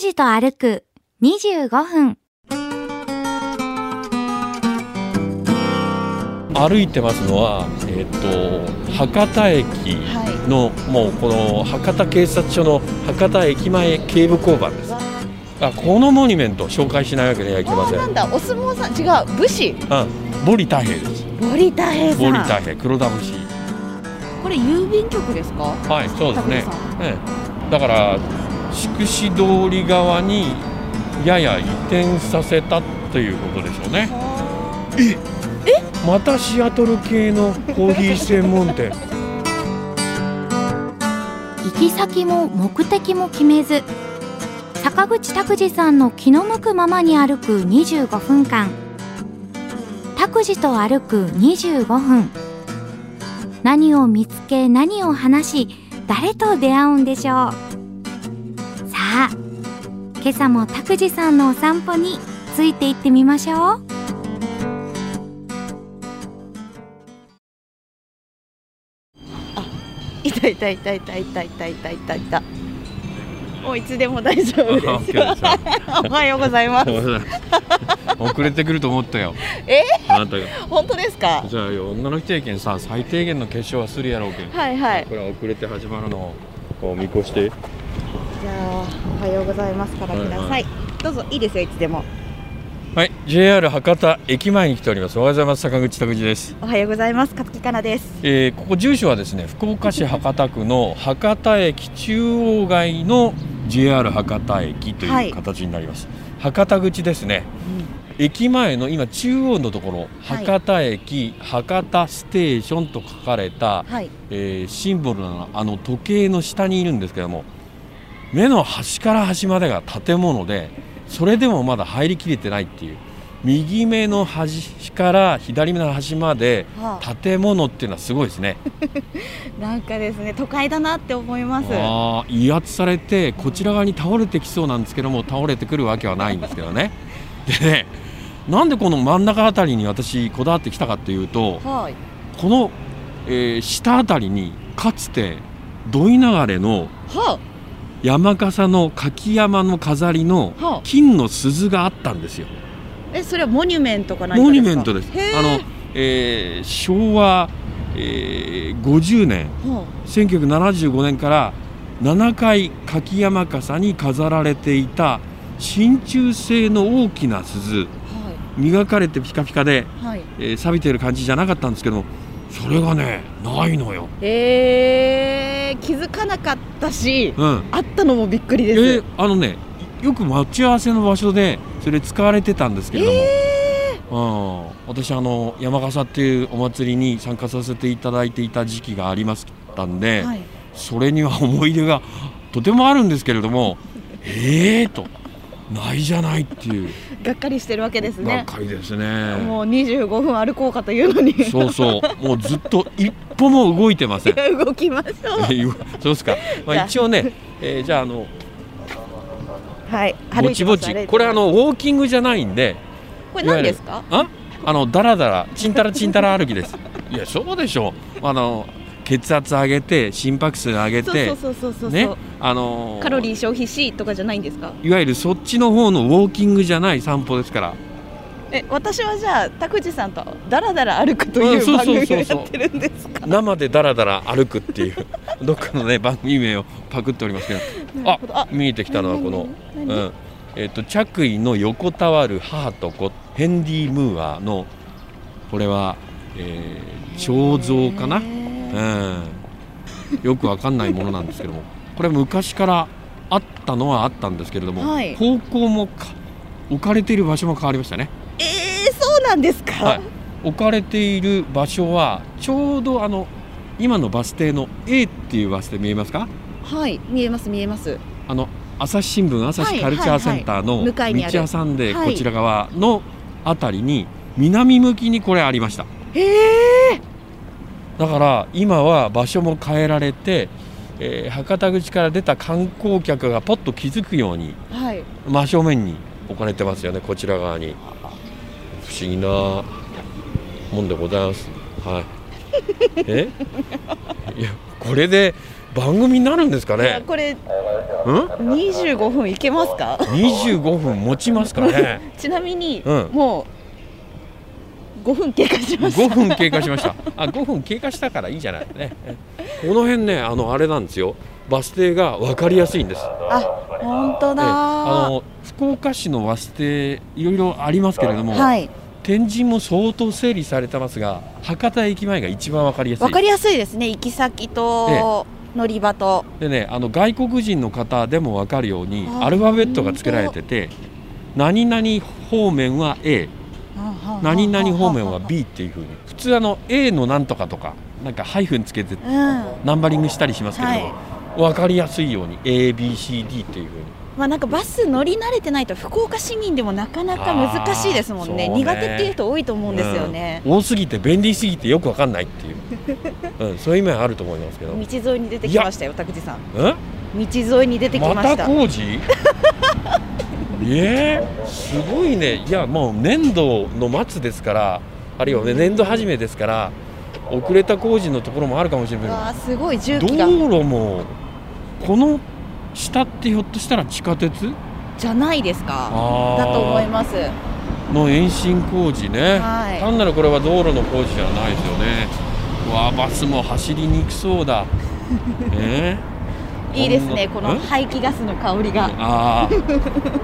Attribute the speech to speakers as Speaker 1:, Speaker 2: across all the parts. Speaker 1: 事と歩く25分。
Speaker 2: 歩いてますのは、えっと博多駅の、もうこの博多警察署の博多駅前警部交番ですあこのモニュメント紹介しないわけにはいきま
Speaker 3: あ
Speaker 2: せん
Speaker 3: なんだお相撲さん違う武士
Speaker 2: あ森太平です
Speaker 3: 森田平
Speaker 2: 森
Speaker 3: さん
Speaker 2: 太平黒田節
Speaker 3: これ郵便局ですか
Speaker 2: はいそうですね
Speaker 3: 拓さん
Speaker 2: ええだから筑紫通り側にやや移転させたということでしょうねまたシアトル系のコーヒー専門 店
Speaker 1: 行き先も目的も決めず、坂口拓司さんの気の向くままに歩く25分間。拓司と歩く25分。何を見つけ、何を話し、誰と出会うんでしょう。さあ、今朝も拓司さんのお散歩について行ってみましょう。
Speaker 3: いたいたいたいたいたいたいたいたいたもういつでも大丈 夫
Speaker 2: あ
Speaker 3: です
Speaker 2: 今日でしょ
Speaker 3: おはようござ います
Speaker 2: 遅れてくると思ったよ
Speaker 3: え
Speaker 2: あなたが
Speaker 3: 本当ですか
Speaker 2: じゃあよ女の人やけんさ最低限の化粧はするやろうけん
Speaker 3: はいはい
Speaker 2: これは遅れて始まるのをこう見越して
Speaker 3: じゃあおはようございますからください、
Speaker 2: はい
Speaker 3: どうぞいいですよいつでも
Speaker 2: はい JR 博多駅前に来ておりますおはようございます坂口拓司です
Speaker 3: おはようございます勝木かなです
Speaker 2: えーここ住所はですね福岡市博多区の博多駅中央街の JR 博多駅と
Speaker 3: はいいう
Speaker 2: 形になります、博多口ですね、駅前の今中央のところ
Speaker 3: はい
Speaker 2: 博多駅、博多ステーションと書かれた、
Speaker 3: はい
Speaker 2: えーシンボルのあの時計の下にいるんですけども目の端から端までが建物でそれでもまだ入りきれてないっていう右目の端から左目の端まで
Speaker 3: はあ、
Speaker 2: 建物っていうのはすごいですね。
Speaker 3: なんかですね都会だなって思います
Speaker 2: あー威圧されてこちら側に倒れてきそうなんですけども倒れてくるわけはないんですけどね。 でねなんでこの真ん中あたりに私こだわってきたかっていうと
Speaker 3: はい
Speaker 2: この、えー下あたりにかつて土井流れの
Speaker 3: は
Speaker 2: 山笠の柿山の飾りの
Speaker 3: あはあ
Speaker 2: 金の鈴があったんですよ。
Speaker 3: えそれはモニュメントか何
Speaker 2: モ
Speaker 3: か
Speaker 2: ニ
Speaker 3: で
Speaker 2: ュ
Speaker 3: すか
Speaker 2: メントです。
Speaker 3: へー
Speaker 2: あの、えー昭和、えー50年
Speaker 3: は
Speaker 2: 1975年から7回柿山笠に飾られていた真鍮製の大きな鈴
Speaker 3: あ
Speaker 2: 磨かれてピカピカで、
Speaker 3: はいはい
Speaker 2: えー錆びてる感じじゃなかったんですけどもそれがねないのよ。
Speaker 3: えー、気づかなかったし
Speaker 2: うん、
Speaker 3: あったのもびっくり
Speaker 2: え
Speaker 3: です
Speaker 2: ーあのねよく待ち合わせの場所でそれ使われてたんですけれども、うん、私あの山笠っていうお祭りに参加させていただいていた時期がありましたんで、
Speaker 3: はい、
Speaker 2: それには思い出がとてもあるんですけれどもえーとないじゃないっていう
Speaker 3: がっかりしてるわけです
Speaker 2: ばっ
Speaker 3: ね
Speaker 2: かりですね。
Speaker 3: もう25分歩こうかというのに。
Speaker 2: そうそうもうずっと一歩も動いてません
Speaker 3: 動きましょう
Speaker 2: そうですか、ま
Speaker 3: じゃ
Speaker 2: あ、
Speaker 3: あ
Speaker 2: 一応ね、えーじゃああの
Speaker 3: はい歩
Speaker 2: ぼ
Speaker 3: いて
Speaker 2: ち
Speaker 3: ま
Speaker 2: ぼ
Speaker 3: す歩いて
Speaker 2: ち
Speaker 3: ます
Speaker 2: これあのウォーキングじゃないんで
Speaker 3: これ何ですか
Speaker 2: ああのだらだらちんたらちんたら歩き ですいやそうでしょあの血圧上げて心拍数上げて
Speaker 3: そうそうそうそうそう、
Speaker 2: ねあの
Speaker 3: カロリ
Speaker 2: ー
Speaker 3: ー消費しとかじゃないんですか
Speaker 2: いわゆるそっちの方のウォーキングじゃない散歩ですから
Speaker 3: え私はじゃあ拓司さんとだらだら歩くと
Speaker 2: う
Speaker 3: い
Speaker 2: ん
Speaker 3: う
Speaker 2: そう
Speaker 3: 番組
Speaker 2: そう
Speaker 3: を
Speaker 2: そうそう
Speaker 3: やってるんですか
Speaker 2: 生でだらだら歩くっていう どっかのね番組名をパクっておりますけど
Speaker 3: な
Speaker 2: あ
Speaker 3: るほどあ
Speaker 2: 見えてきたのはこの、う
Speaker 3: 何何
Speaker 2: んえっと着衣の横たわる母と子ヘンディ・ムーアのこれは、えー彫像かな
Speaker 3: へー
Speaker 2: うん、よくわかんないものなんですけどもこれ昔からあったのはあったんですけれども、
Speaker 3: はい
Speaker 2: 方向もか置かれている場所も変わりましたね、
Speaker 3: えー、そうなんですか、
Speaker 2: はい、置かれている場所はちょうどあの今のバス停の A っていうバス停見えますか
Speaker 3: はい、見えます見えます。
Speaker 2: あの朝日新聞朝日カルチャーセンターの
Speaker 3: はいはいはい向かいにある
Speaker 2: 道挟んで
Speaker 3: はい
Speaker 2: こちら側のあたりに南向きにこれありました
Speaker 3: へえ。
Speaker 2: だから今は場所も変えられて、えー博多口から出た観光客がポッと気づくように
Speaker 3: はい。
Speaker 2: 真正面に置かれてますよねこちら側に不思議な もんでございますはいえいやこれで番組になるんですか
Speaker 3: いや
Speaker 2: ね
Speaker 3: これ
Speaker 2: うん
Speaker 3: 25分いけますか
Speaker 2: 25分持ちますかね
Speaker 3: ちなみに、
Speaker 2: うん
Speaker 3: もう5分経過しました
Speaker 2: 5分経過しましたあ5分経過したからいいじゃないねこの辺ねあのあれなんですよバス停が分かりやすいんです
Speaker 3: あ本当
Speaker 2: ええ
Speaker 3: だ
Speaker 2: あの福岡市のバス停いろいろありますけれども、
Speaker 3: はい
Speaker 2: 天神も相当整理されてますが博多駅前が一番分かりやすい
Speaker 3: わかりやすいですね行き先と乗り場と、
Speaker 2: でねあの外国人の方でも分かるように
Speaker 3: あ
Speaker 2: アルファベットが付けられてて何々方面は A 何々方面は B っていうふうに普通あの A のなんとかとかなんかハイフンつけて
Speaker 3: うんま
Speaker 2: ナンバリングしたりしますけれども、分かりやすいように ABCD っていうふうに
Speaker 3: あなんかバス乗り慣れてないと福岡市民でもなかなか難しいですもん
Speaker 2: あー
Speaker 3: ね
Speaker 2: そうね
Speaker 3: 苦手っていう人多いと思うんですよね、
Speaker 2: 多すぎて便利すぎてよく分かんないって いう、うん、そういう面あると思いますけど、うん、
Speaker 3: 道沿いに出てきましたよ拓司さん
Speaker 2: ま
Speaker 3: 道沿いに出てきました
Speaker 2: た工事 ええすごいねいやもう年度の末ですからあるいはね年度初めですから遅れた工事のところもあるかもしれ
Speaker 3: うわ
Speaker 2: な
Speaker 3: あすごい重
Speaker 2: いけ
Speaker 3: 機
Speaker 2: ど
Speaker 3: が
Speaker 2: 道路もこの下ってひょっとしたら地下鉄
Speaker 3: じゃないですか
Speaker 2: あー
Speaker 3: だと思います
Speaker 2: の延伸工事ね、
Speaker 3: はい
Speaker 2: 単なるこれは道路の工事じゃないですよねうわあバスも走りにくそう だねえ
Speaker 3: いいですねこ
Speaker 2: ん
Speaker 3: の
Speaker 2: ん
Speaker 3: 排気ガスの香りが
Speaker 2: ああ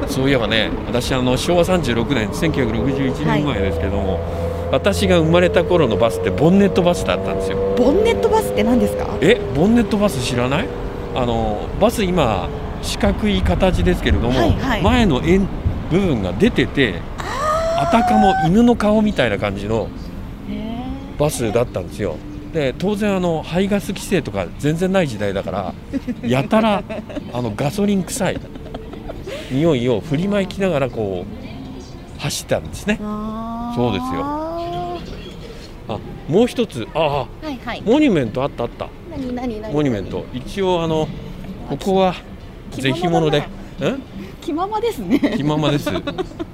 Speaker 2: そういえばね私あの昭和36年1961年前ですけども、私が生まれた頃のバスってボンネットバスだったんですよ
Speaker 3: ボンネットバスって何ですか
Speaker 2: えボンネットバス知らないあのバス今四角い形ですけれども、
Speaker 3: はいはい
Speaker 2: 前の円部分が出ててあたかも犬の顔みたいな感じのバスだったんですよで当然あの排ガス規制とか全然ない時代だからやたら あのガソリン臭い匂いを振りまいきながらこう走ったんですね
Speaker 3: そ
Speaker 2: そうですよ
Speaker 3: は
Speaker 2: あもう一つああ
Speaker 3: いはい
Speaker 2: モニュメントあったあった
Speaker 3: 何何何
Speaker 2: モニュメント一応あのここは
Speaker 3: 着
Speaker 2: ぜひものでうん
Speaker 3: 気ままですね
Speaker 2: 気まま です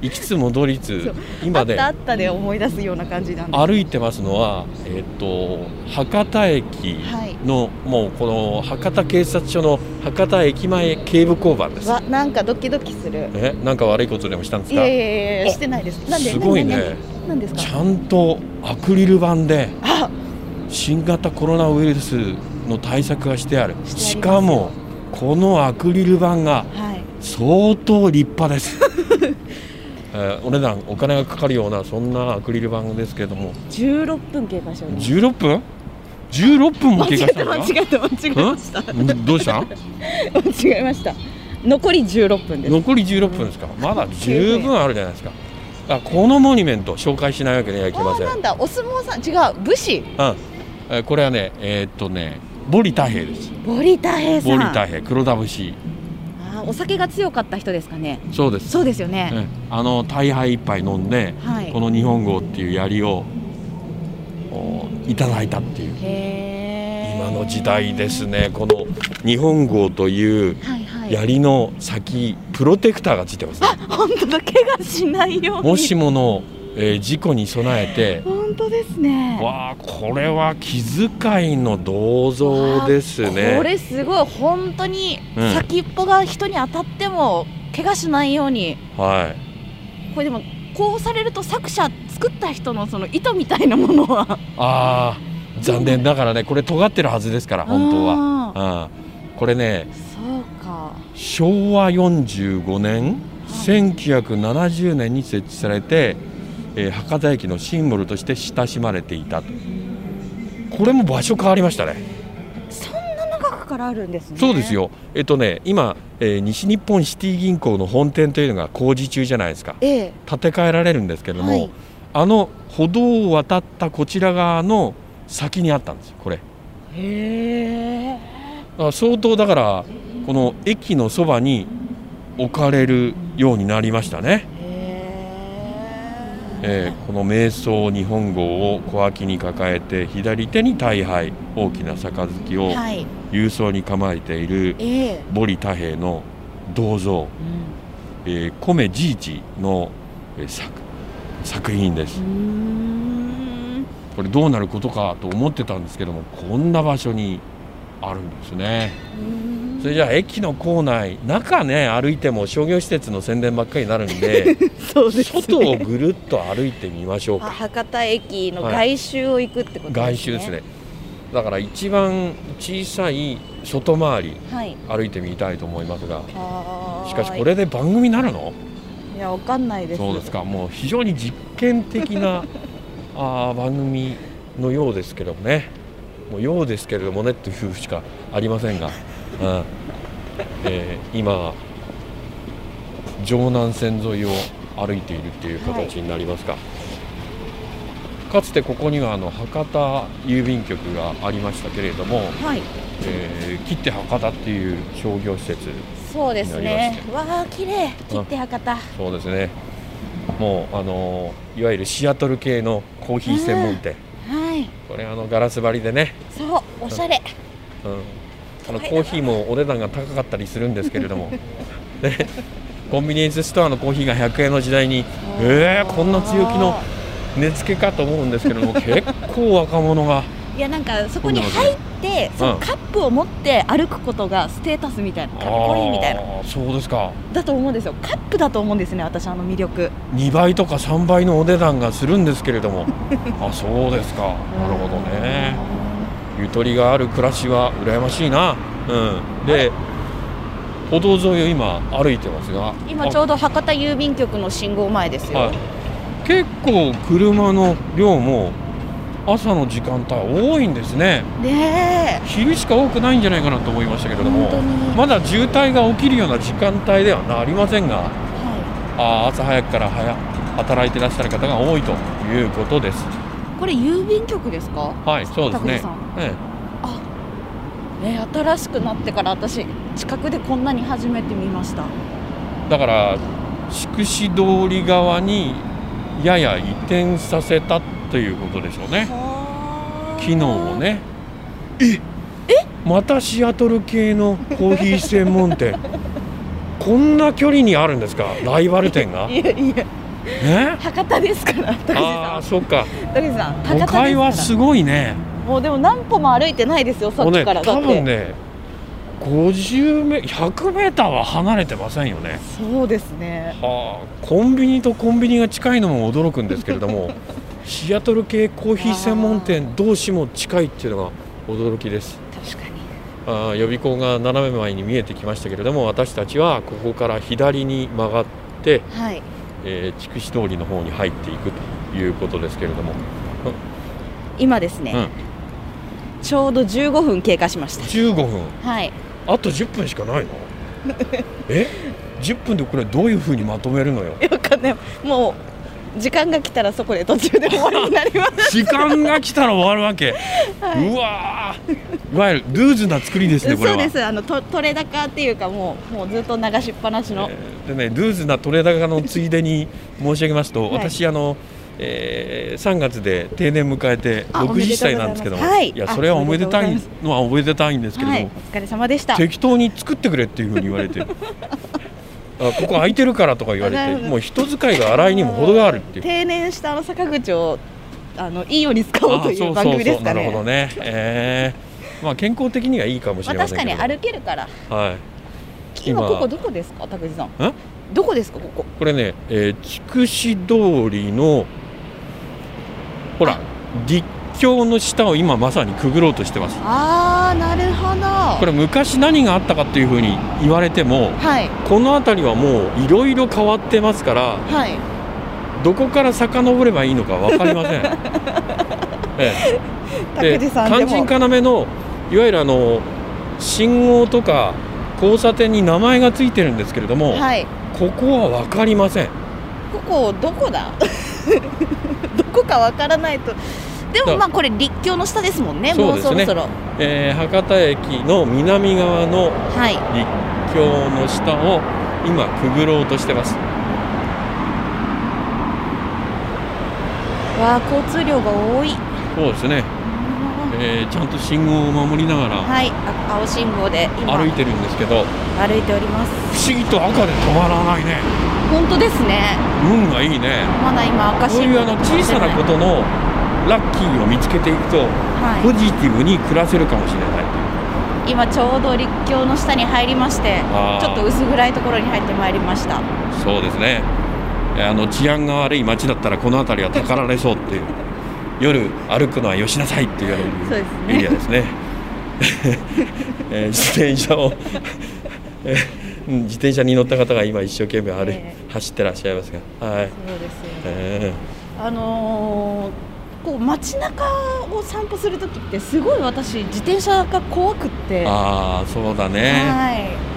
Speaker 2: 行きつ戻り
Speaker 3: そ
Speaker 2: つ
Speaker 3: うあ
Speaker 2: 今
Speaker 3: っ
Speaker 2: で
Speaker 3: たあったで思い出すような感じなんです
Speaker 2: 歩いてますのは、えっと博多駅の、もうこの博多警察署の博多駅前警部交番です
Speaker 3: わなんかドキドキする
Speaker 2: えなんか悪いことでもしたんです
Speaker 3: い
Speaker 2: か
Speaker 3: やいやいやいやしてないですなんです
Speaker 2: ごいね
Speaker 3: 何何何ですか
Speaker 2: ちゃんとアクリル板で新型コロナウイルスの対策がしてある
Speaker 3: してあります
Speaker 2: しかもこのアクリル板が
Speaker 3: はい
Speaker 2: 相当立派 です、えーお値段お金がかかるようなそんなアクリル板ですけれども
Speaker 3: 16分経過しております
Speaker 2: 16分16分も経過したのか
Speaker 3: 間違った間違えた間違えました
Speaker 2: んどう した
Speaker 3: 間違えました残り16分です
Speaker 2: 残り16分ですかまだ十分あるじゃないですかあこのモニュメント紹介しないわけにはいきま
Speaker 3: あ
Speaker 2: せん
Speaker 3: なんだお相撲さん違う武士
Speaker 2: うんえーこれはねえーっとねボリ太平です
Speaker 3: 堀田平さん
Speaker 2: ボリ太平黒田節
Speaker 3: あーお酒が強かった人ですかね
Speaker 2: そうです
Speaker 3: そうですよね、
Speaker 2: えあの大杯一杯飲んで
Speaker 3: はい
Speaker 2: この日本号っていう槍をおいただいたっていう
Speaker 3: へ
Speaker 2: 今
Speaker 3: ー
Speaker 2: の時代ですねこの日本号という
Speaker 3: はいはい
Speaker 2: 槍の先プロテクターがついてますね
Speaker 3: 本当だ怪我しないように
Speaker 2: もしもの、えー事故に備えて
Speaker 3: 本当ですね
Speaker 2: わあこれは気遣いの銅像ですね
Speaker 3: これすごい本当に
Speaker 2: うん
Speaker 3: 先っぽが人に当たっても怪我しないように
Speaker 2: はい
Speaker 3: これでもこうされると作者作った人のその意図みたいなものは
Speaker 2: あー残念だからねこれ尖ってるはずですから本当は
Speaker 3: は
Speaker 2: うんこれね
Speaker 3: そうか
Speaker 2: 昭和45年1970年に設置されて、えー博多駅のシンボルとして親しまれていたとこれも場所変わりましたね
Speaker 3: そんな長くからあるんですね
Speaker 2: そうですよ、えっとね、今、えー西日本シティ銀行の本店というのが工事中じゃないですか、
Speaker 3: ええ
Speaker 2: 建て替えられるんですけれども、
Speaker 3: はい
Speaker 2: あの歩道を渡ったこちら側の先にあったんですよ、これ。
Speaker 3: へえ
Speaker 2: あ相当だから、この駅のそばに置かれるようになりましたね、えーこの瞑想日本号を小脇に抱えて、左手に大杯、大きな杯を
Speaker 3: はい
Speaker 2: 郵送に構えている
Speaker 3: ええ
Speaker 2: ボリ太平の銅像。えー、米じいちの、えー作作品で
Speaker 3: う
Speaker 2: す
Speaker 3: ーん
Speaker 2: これどうなることかと思ってたんですけどもこんな場所にあるんですねそれじゃあ駅の構内中ね歩いても商業施設の宣伝ばっかりになるんで
Speaker 3: そうですね
Speaker 2: 外をぐるっと歩いてみましょうか
Speaker 3: あ博多駅の外周を行くってことですね、
Speaker 2: 外周ですねだから一番小さい外回り
Speaker 3: はい
Speaker 2: 歩いてみたいと思いますが
Speaker 3: あー
Speaker 2: しかしこれで番組になるの
Speaker 3: いやわかんないです
Speaker 2: そうですかもう非常に実験的 なあー番組のようですけどもねもうようですけれどもねっていうしかありませんが、うんえー今城南線沿いを歩いているっていう形になりますか、かつてここにはあの博多郵便局がありましたけれども、
Speaker 3: はい
Speaker 2: えー切手博多っていう商業施設
Speaker 3: そうです
Speaker 2: なり
Speaker 3: ね
Speaker 2: まし
Speaker 3: わあ綺麗切手博多
Speaker 2: そうですね。もうあのーいわゆるシアトル系のコーヒー専門店。
Speaker 3: はい
Speaker 2: これあのガラス張りでね、
Speaker 3: そうおしゃれ
Speaker 2: うん、あの
Speaker 3: はい
Speaker 2: コーヒーもお値段が高かったりするんですけれど も、でコンビニエンスストアのコーヒーが100円の時代に、えー、こんな強気の値付けかと思うんですけれども、結構若者が、
Speaker 3: いやなんかそこに入ってそのカップを持って歩くことがステータスみたいなかっこいいみたいな
Speaker 2: あーそうですか。
Speaker 3: だと思うんですよカップだと思うんですね私あの魅力
Speaker 2: 2倍とか3倍のお値段がするんですけれ どもあそうですかなるほどねゆとりがある暮らしは羨ましいな、うん、で歩道沿いを今歩いてますが
Speaker 3: 今ちょうど博多郵便局の信号前ですよ、
Speaker 2: はい結構車の量も朝の時間帯多いんですね
Speaker 3: ね
Speaker 2: 昼しか多くないんじゃないかなと思いましたけれども
Speaker 3: 本当に
Speaker 2: まだ渋滞が起きるような時間帯ではなりませんが
Speaker 3: え、は
Speaker 2: あー朝早くから早働いてらっしゃる方が多いということです
Speaker 3: い、これ郵便局ですか
Speaker 2: はい、そうです
Speaker 3: 拓司
Speaker 2: ね
Speaker 3: さん。
Speaker 2: え
Speaker 3: ね新しくなってから私近くでこんなに初めて見ました
Speaker 2: えだから筑紫通り側にやや移転させたということでしょうね。機能をね。え、またシアトル系のコーヒー専門 店。こんな距離にあるんですか、ライバル店が。
Speaker 3: いやいや
Speaker 2: え？
Speaker 3: 博多ですから高橋
Speaker 2: ああ、
Speaker 3: さ
Speaker 2: そっか。
Speaker 3: ん高橋さん博多
Speaker 2: 都
Speaker 3: です
Speaker 2: 会は
Speaker 3: か
Speaker 2: すごいね。
Speaker 3: らもうでも何歩も歩いてないですよさ
Speaker 2: も
Speaker 3: っ
Speaker 2: う
Speaker 3: き
Speaker 2: ね、
Speaker 3: からだ
Speaker 2: 多
Speaker 3: って、
Speaker 2: 分ね、50メ100メーターは離れてませんよね。
Speaker 3: そうですね
Speaker 2: はあ、コンビニとコンビニが近いのも驚くんですけれどもシアトル系コーヒー専門店同士も近いっていうのが驚きです
Speaker 3: 確かに
Speaker 2: あー予備校が斜め前に見えてきましたけれども私たちはここから左に曲がって、
Speaker 3: はい
Speaker 2: えー、筑紫通りの方に入っていくということですけれども、
Speaker 3: 今ですね、
Speaker 2: うん、
Speaker 3: ちょうど15分経過しました
Speaker 2: 15分
Speaker 3: はい
Speaker 2: あと10分しかないのえ10分でこれどういうふうにまとめるのよ
Speaker 3: よかねもう時間が来たらそこで途中で終わりになります
Speaker 2: 時間が来たら終わるわけ、うわーいわゆるルーズな作りですねこれ
Speaker 3: そう
Speaker 2: は
Speaker 3: ですあのと取れ高っていうかもうもうずっと流しっぱなしの、
Speaker 2: えーでねルーズなトレーダーのついでに申し上げますと、
Speaker 3: はい
Speaker 2: 私あの、えー3月で定年迎えて
Speaker 3: あおめでとう
Speaker 2: 60
Speaker 3: ござい
Speaker 2: 歳
Speaker 3: ます
Speaker 2: なんですけども、
Speaker 3: はい
Speaker 2: や
Speaker 3: あ
Speaker 2: それはおめでた
Speaker 3: おめ
Speaker 2: い
Speaker 3: でとう
Speaker 2: のはおめでたいんですけれど
Speaker 3: は
Speaker 2: も、
Speaker 3: いお疲れ様でした
Speaker 2: 適当に作ってくれっていうふうに言われ てあここ空いてるからとか言わ
Speaker 3: なる
Speaker 2: れ
Speaker 3: ほ
Speaker 2: て
Speaker 3: ど
Speaker 2: もう人使いが荒いにも程があるっていう。
Speaker 3: 定年したあの坂口をあのいいように使おうと
Speaker 2: あー
Speaker 3: い
Speaker 2: そううそう
Speaker 3: 番
Speaker 2: そう
Speaker 3: 組ですか
Speaker 2: なる
Speaker 3: ね
Speaker 2: ほどね、えーまあ、健康的にはいいかもし
Speaker 3: まあ
Speaker 2: れませ
Speaker 3: 確
Speaker 2: ん
Speaker 3: か
Speaker 2: け
Speaker 3: に
Speaker 2: ど、
Speaker 3: 歩けるから
Speaker 2: はい、今
Speaker 3: 今ここどこですか拓司さん
Speaker 2: え
Speaker 3: どこですかここ
Speaker 2: これね、えー、筑紫通りのほら立教の下を今まさにくぐろうとしてます
Speaker 3: ああなるほど
Speaker 2: これ昔何があったかっていうふうに言われても
Speaker 3: はい
Speaker 2: この辺りはもういろいろ変わってますから
Speaker 3: はい
Speaker 2: どこから遡ればいいのか分かりませ ん、ええ
Speaker 3: 拓司さんで
Speaker 2: 肝
Speaker 3: も
Speaker 2: 心要のいわゆるあの信号とか交差点に名前がついてるんですけれども、
Speaker 3: はい
Speaker 2: ここは分かりません
Speaker 3: ここどこだ どこかわからないとでもまあこれ立教の下ですもんね
Speaker 2: そう
Speaker 3: もう
Speaker 2: です
Speaker 3: そ
Speaker 2: ね
Speaker 3: ろそろ
Speaker 2: えー博多駅の南側の
Speaker 3: はい
Speaker 2: 立教の下を今くぐろうとしてます
Speaker 3: わあ交通量が多い
Speaker 2: そうですね、えーちゃんと信号を守りながら
Speaker 3: はいあ青信号で今
Speaker 2: 歩いてるんですけど
Speaker 3: 歩いております
Speaker 2: 不思議と赤で止まらないね
Speaker 3: 本当ですね
Speaker 2: 運がいいね
Speaker 3: まだ今赤
Speaker 2: こう
Speaker 3: 信
Speaker 2: い
Speaker 3: 号
Speaker 2: うあの小さなこ
Speaker 3: は
Speaker 2: とのラッキーを見つけていくとポ
Speaker 3: い
Speaker 2: ジティブに暮らせるかもしれない
Speaker 3: 今ちょうど陸橋の下に入りまして
Speaker 2: あー
Speaker 3: ちょっと薄暗いところに入ってまいりました
Speaker 2: そうですねえーあの治安が悪い街だったらこの辺りはたかられそうっていう夜歩くのはよしなさいって言われる
Speaker 3: そうですね
Speaker 2: エリアです ねえー自転車をえーうん自転車に乗った方が今一生懸命歩い
Speaker 3: え
Speaker 2: 走ってらっしゃいますがはい、
Speaker 3: そうですよね
Speaker 2: え
Speaker 3: あのーこう街中を散歩するときってすごい私自転車が怖くって
Speaker 2: ーああそうだね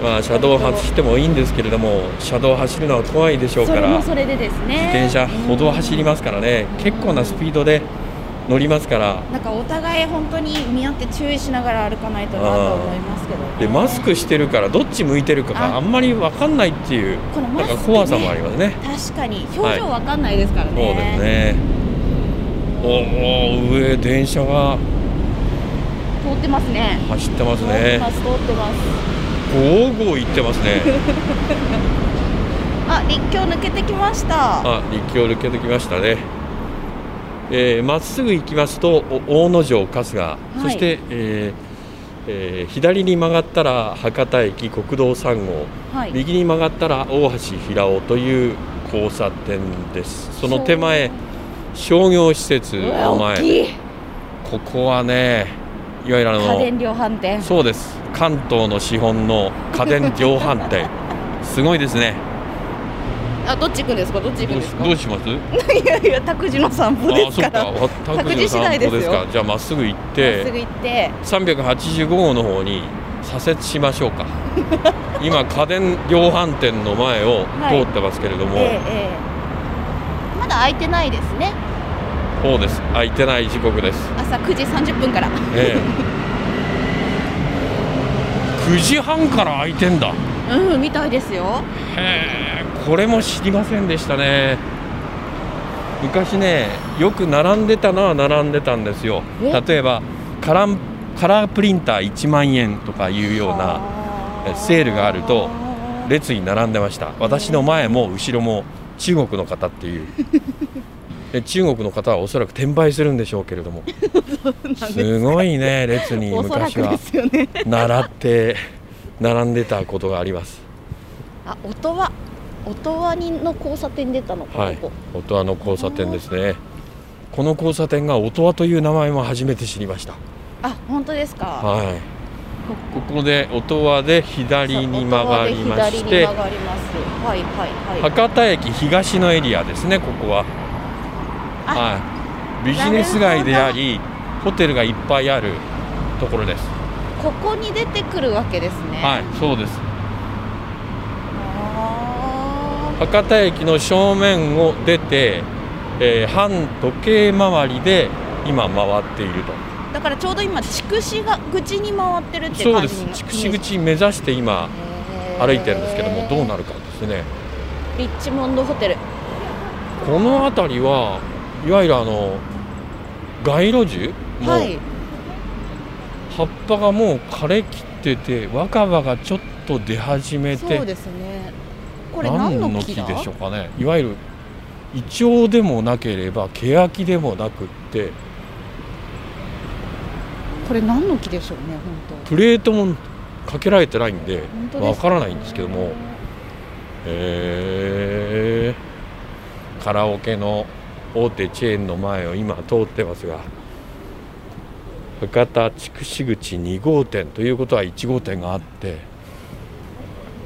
Speaker 3: は
Speaker 2: まあ車道を走ってもいいんですけれども車道を走るのは怖いでしょ
Speaker 3: いうそ
Speaker 2: か
Speaker 3: れ
Speaker 2: ら
Speaker 3: もそれでですね
Speaker 2: 自転車歩道走りますからね結構なスピードで乗りますから
Speaker 3: なんかお互い本当に見合って注意しながら歩かないとなと思いますけどね、
Speaker 2: でマスクしてるからどっち向いてるかが
Speaker 3: あ
Speaker 2: あんまり分かんないっていう
Speaker 3: このマ
Speaker 2: な
Speaker 3: ス
Speaker 2: ん
Speaker 3: ク、
Speaker 2: か
Speaker 3: ね、
Speaker 2: 怖さもありますね
Speaker 3: 確かに表情わかんないですから
Speaker 2: そうです
Speaker 3: ね,、
Speaker 2: ねおお上電車が
Speaker 3: 通ってますね
Speaker 2: 走ってます
Speaker 3: 通って
Speaker 2: ね
Speaker 3: ます通ってます
Speaker 2: ゴーゴー行ってますね
Speaker 3: あ立教抜けてきました
Speaker 2: あ立教抜けてきましたねえーまっすぐ行きますとお大野城春日、
Speaker 3: い
Speaker 2: そして、えーえー左に曲がったら博多駅国道3号
Speaker 3: はい
Speaker 2: 右に曲がったら大橋平尾という交差点ですその手前商業施設
Speaker 3: うわ
Speaker 2: の
Speaker 3: 大
Speaker 2: 前
Speaker 3: きい
Speaker 2: ここはねいわゆるあ
Speaker 3: 家
Speaker 2: の
Speaker 3: 電量販店
Speaker 2: そうです関東の資本の家電量販 店すごいですね
Speaker 3: あどっち行くんですかどっち行
Speaker 2: どう
Speaker 3: くんで
Speaker 2: し
Speaker 3: すか
Speaker 2: どうします
Speaker 3: いやいや託児の散歩ですか
Speaker 2: あ
Speaker 3: らまっ
Speaker 2: そうか
Speaker 3: 各自次第ですよ
Speaker 2: ですかじゃあまっすぐ行っ
Speaker 3: すぐ
Speaker 2: て
Speaker 3: 行って
Speaker 2: 385号の方に左折しましょう か今家電量販店の前を通ってますけれども、
Speaker 3: ええええまだ空いてないですね
Speaker 2: そうです空いてない時刻です
Speaker 3: 朝9時30分から
Speaker 2: ええ、9時半から開いてんだ
Speaker 3: うんみたいですよ
Speaker 2: へえこれも知りませんでしたね昔ねよく並んでたのは並んでたんですよ
Speaker 3: え
Speaker 2: 例えばカランカラープリンター1万円とかいうような
Speaker 3: あ
Speaker 2: えセールがあると列に並んでました私の前も後ろも中国の方っていうで中国の方はおそらく転売するんでしょうけれ どもすごいね列に
Speaker 3: おそら
Speaker 2: 昔
Speaker 3: く
Speaker 2: は
Speaker 3: ですよね
Speaker 2: 習って並んでたことがあります。
Speaker 3: あ音は音羽にの交差点に出たのか、
Speaker 2: はい
Speaker 3: ここ、
Speaker 2: 音羽の交差点ですね。この交差点が音羽という名前も初めて知りました。
Speaker 3: あ本当ですか、
Speaker 2: はい。ここで音羽で左に曲がりまし
Speaker 3: 音羽で左に
Speaker 2: て、
Speaker 3: 曲がりますはいはいはい
Speaker 2: 博多駅東のエリアですね。ここは。
Speaker 3: あ
Speaker 2: はい。ビジネス街であり、ホテルがいっぱいあるところです。
Speaker 3: ここに出てくるわけですね
Speaker 2: はい、そうです。
Speaker 3: あ
Speaker 2: 博多駅の正面を出て、えー反時計回りで今回っていると。
Speaker 3: ーだからちょうど今筑紫が口に回ってるって
Speaker 2: そう
Speaker 3: 感
Speaker 2: で
Speaker 3: じ
Speaker 2: す
Speaker 3: にな
Speaker 2: 筑紫口目指して今歩いてるんですけどもどうなる
Speaker 3: る
Speaker 2: かですね
Speaker 3: リッチモンドホテル
Speaker 2: この辺りはいわゆるあの街路樹も
Speaker 3: はいう
Speaker 2: 葉っぱがもう枯れきってて若葉がちょっと出始め
Speaker 3: そう
Speaker 2: て
Speaker 3: ですねこれ何
Speaker 2: 何
Speaker 3: の
Speaker 2: の
Speaker 3: 木
Speaker 2: 木
Speaker 3: だ
Speaker 2: でしょうかねいわゆるイチョウでもなければケヤキでもなくって
Speaker 3: これ何の木でしょうね本
Speaker 2: プレートもかけられてないんで
Speaker 3: 当本当です
Speaker 2: わからないんですけどもえーカラオケの大手チェーンの前を今通ってますが博多筑紫口2号店ということは1号店があって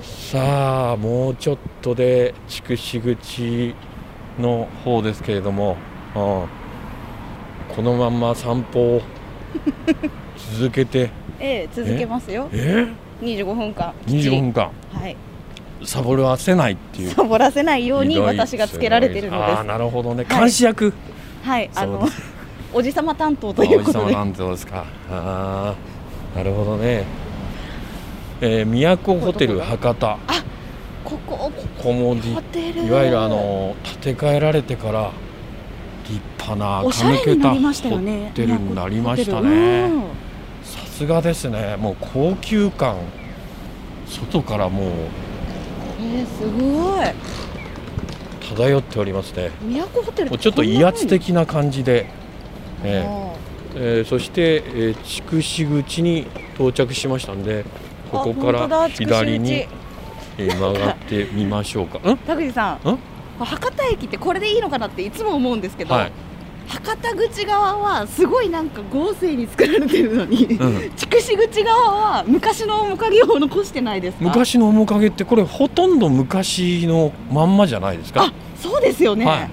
Speaker 2: さあもうちょっとで筑紫口の方ですけれども、うんこのまんま散歩を続けて
Speaker 3: ええ続けますよ
Speaker 2: え
Speaker 3: 25分間きっち
Speaker 2: 25
Speaker 3: り
Speaker 2: 分間
Speaker 3: はい
Speaker 2: サボらせないっていう
Speaker 3: サボらせないように私がつけられてるので
Speaker 2: ああー
Speaker 3: す
Speaker 2: なるほどね監視役、
Speaker 3: はいあ
Speaker 2: そう
Speaker 3: の
Speaker 2: で
Speaker 3: おじさま担当と
Speaker 2: お
Speaker 3: い
Speaker 2: じ
Speaker 3: うこ
Speaker 2: さ
Speaker 3: と
Speaker 2: ま
Speaker 3: で
Speaker 2: なんてどうですかああなるほどねえー、都ホテル博多
Speaker 3: ここ
Speaker 2: ここもじ
Speaker 3: ホテル
Speaker 2: いわゆるあの建て替えられてから立派な
Speaker 3: おしゃ
Speaker 2: 垢
Speaker 3: れ
Speaker 2: 抜け
Speaker 3: にな
Speaker 2: た
Speaker 3: りましたよね
Speaker 2: ホテルになりました
Speaker 3: 都
Speaker 2: ね
Speaker 3: ホテル
Speaker 2: さすがですねもう高級感外からもう
Speaker 3: うんえーすごい
Speaker 2: 漂っておりますね
Speaker 3: 都ホテル
Speaker 2: もうちょっと威圧的な感じで、えー
Speaker 3: ね
Speaker 2: えーそして、えー筑紫口に到着しましたんでここか
Speaker 3: あ本当だ
Speaker 2: ら左に
Speaker 3: 筑
Speaker 2: えー曲がってみましょう か。ん
Speaker 3: 田口さん
Speaker 2: ん
Speaker 3: 博多駅ってこれでいいのかなっていつも思うんですけど、
Speaker 2: はい。
Speaker 3: 博多口側はすごいなんか豪勢に作られてるのに、
Speaker 2: うん
Speaker 3: 筑紫口側は昔の面影を残してないですか
Speaker 2: 昔の面影ってこれほとんど昔のまんまじゃないです
Speaker 3: あ
Speaker 2: か。
Speaker 3: そうですよね、
Speaker 2: はい。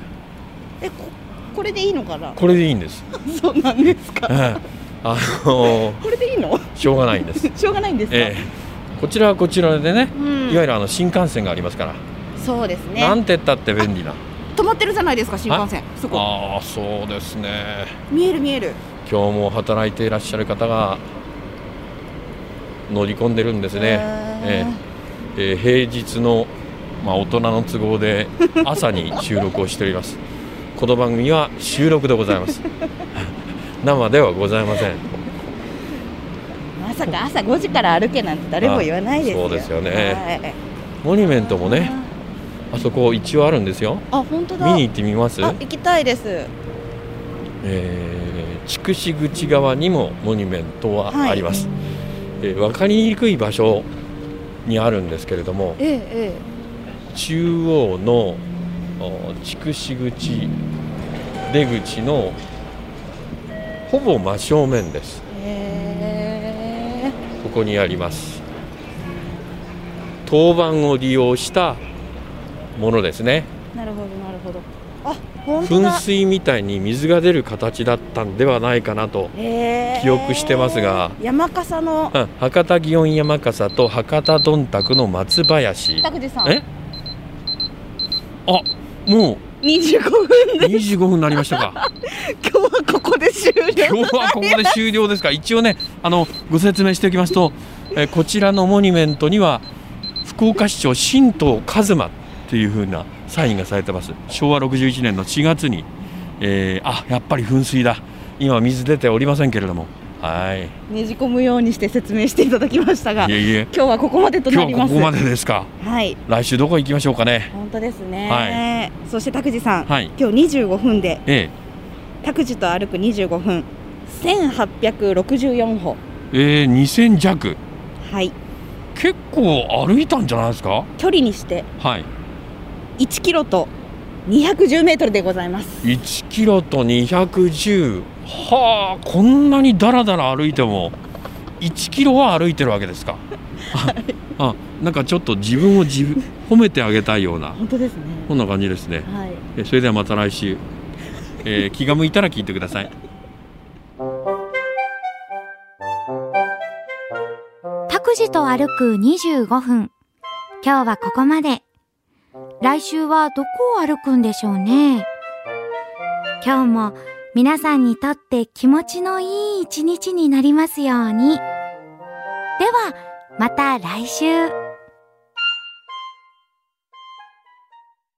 Speaker 3: えここれでいいのかな
Speaker 2: これでいいんです。
Speaker 3: そうなんです
Speaker 2: え
Speaker 3: か
Speaker 2: え あのー
Speaker 3: これでいいの
Speaker 2: しょうがないんです。
Speaker 3: しょうがないんですか、
Speaker 2: ええこちらはこちらでね。
Speaker 3: うん、
Speaker 2: いわゆるあの新幹線がありますから、
Speaker 3: そうですね
Speaker 2: なんて言ったって便利な。
Speaker 3: 止まってるじゃないですか新幹線そこ
Speaker 2: ああ、そうですね。
Speaker 3: 見える見える
Speaker 2: 今日も働いていらっしゃる方が乗り込んでるんですね、えええー平日の、まあ、大人の都合で朝に収録をしておりますこの番組は収録でございます 生ではございません
Speaker 3: まさか朝5時から歩けなんて誰も言わないですよ
Speaker 2: あそうですよね
Speaker 3: はい
Speaker 2: モニュメントもねあそこ一応あるんですよ
Speaker 3: あ本当だ
Speaker 2: 見に行ってみます
Speaker 3: あ行きたいです
Speaker 2: えー筑紫口側にもモニュメントはあります、えー、分かりにくい場所にあるんですけれども
Speaker 3: えええ
Speaker 2: 中央のお筑紫口出口のほぼ真正面です
Speaker 3: えへ
Speaker 2: ここにあります当番を利用したものですね
Speaker 3: えなるほどなるほどあ本当
Speaker 2: 噴
Speaker 3: だ
Speaker 2: 水みたいに水が出る形だったんではないかなと、
Speaker 3: へえ
Speaker 2: 記憶してますが
Speaker 3: 山笠の
Speaker 2: うん博多祇園山笠と博多どんたくの松林
Speaker 3: 拓司さん
Speaker 2: えあも
Speaker 3: 25分
Speaker 2: う
Speaker 3: で
Speaker 2: 25分になりましたか
Speaker 3: 今日はここで 終
Speaker 2: 今
Speaker 3: 了
Speaker 2: 日はここで終了ですか一応ねあのご説明しておきますと、えーこちらのモニュメントには福岡市長新藤一馬っていう風なサインがされてます昭和61年の4月に、えーあやっぱり噴水だ今水出ておりませんけれどもはい
Speaker 3: ねじ込むようにして説明していただきましたが
Speaker 2: いえいえ
Speaker 3: 今日はここまでと
Speaker 2: 今
Speaker 3: な
Speaker 2: 日
Speaker 3: り
Speaker 2: は
Speaker 3: ま
Speaker 2: こ
Speaker 3: す
Speaker 2: こまでですか
Speaker 3: はい
Speaker 2: 来週どこ行きましょうかね
Speaker 3: 本当ですね、そして拓司さん、
Speaker 2: はい
Speaker 3: 今日25分で
Speaker 2: え
Speaker 3: 拓司と歩く25分1864歩
Speaker 2: ええー2000弱
Speaker 3: はい
Speaker 2: 結構歩いたんじゃないですか
Speaker 3: 距離にして
Speaker 2: はい
Speaker 3: 1キロと210メートルでございます
Speaker 2: 1キロと210はあこんなにだらだら歩いても1キロは歩いてるわけですか、ああなんかちょっと自分を自分褒めてあげたいような
Speaker 3: 本当ですね
Speaker 2: そんな感じですね
Speaker 3: はい
Speaker 2: えそれではまた来週、えー気が向いたら聞いてください
Speaker 1: タクジと歩く25分。今日はここまで。来週はどこを歩くんでしょうね。今日も皆さんにとって気持ちのいい一日になりますように。では、また来週。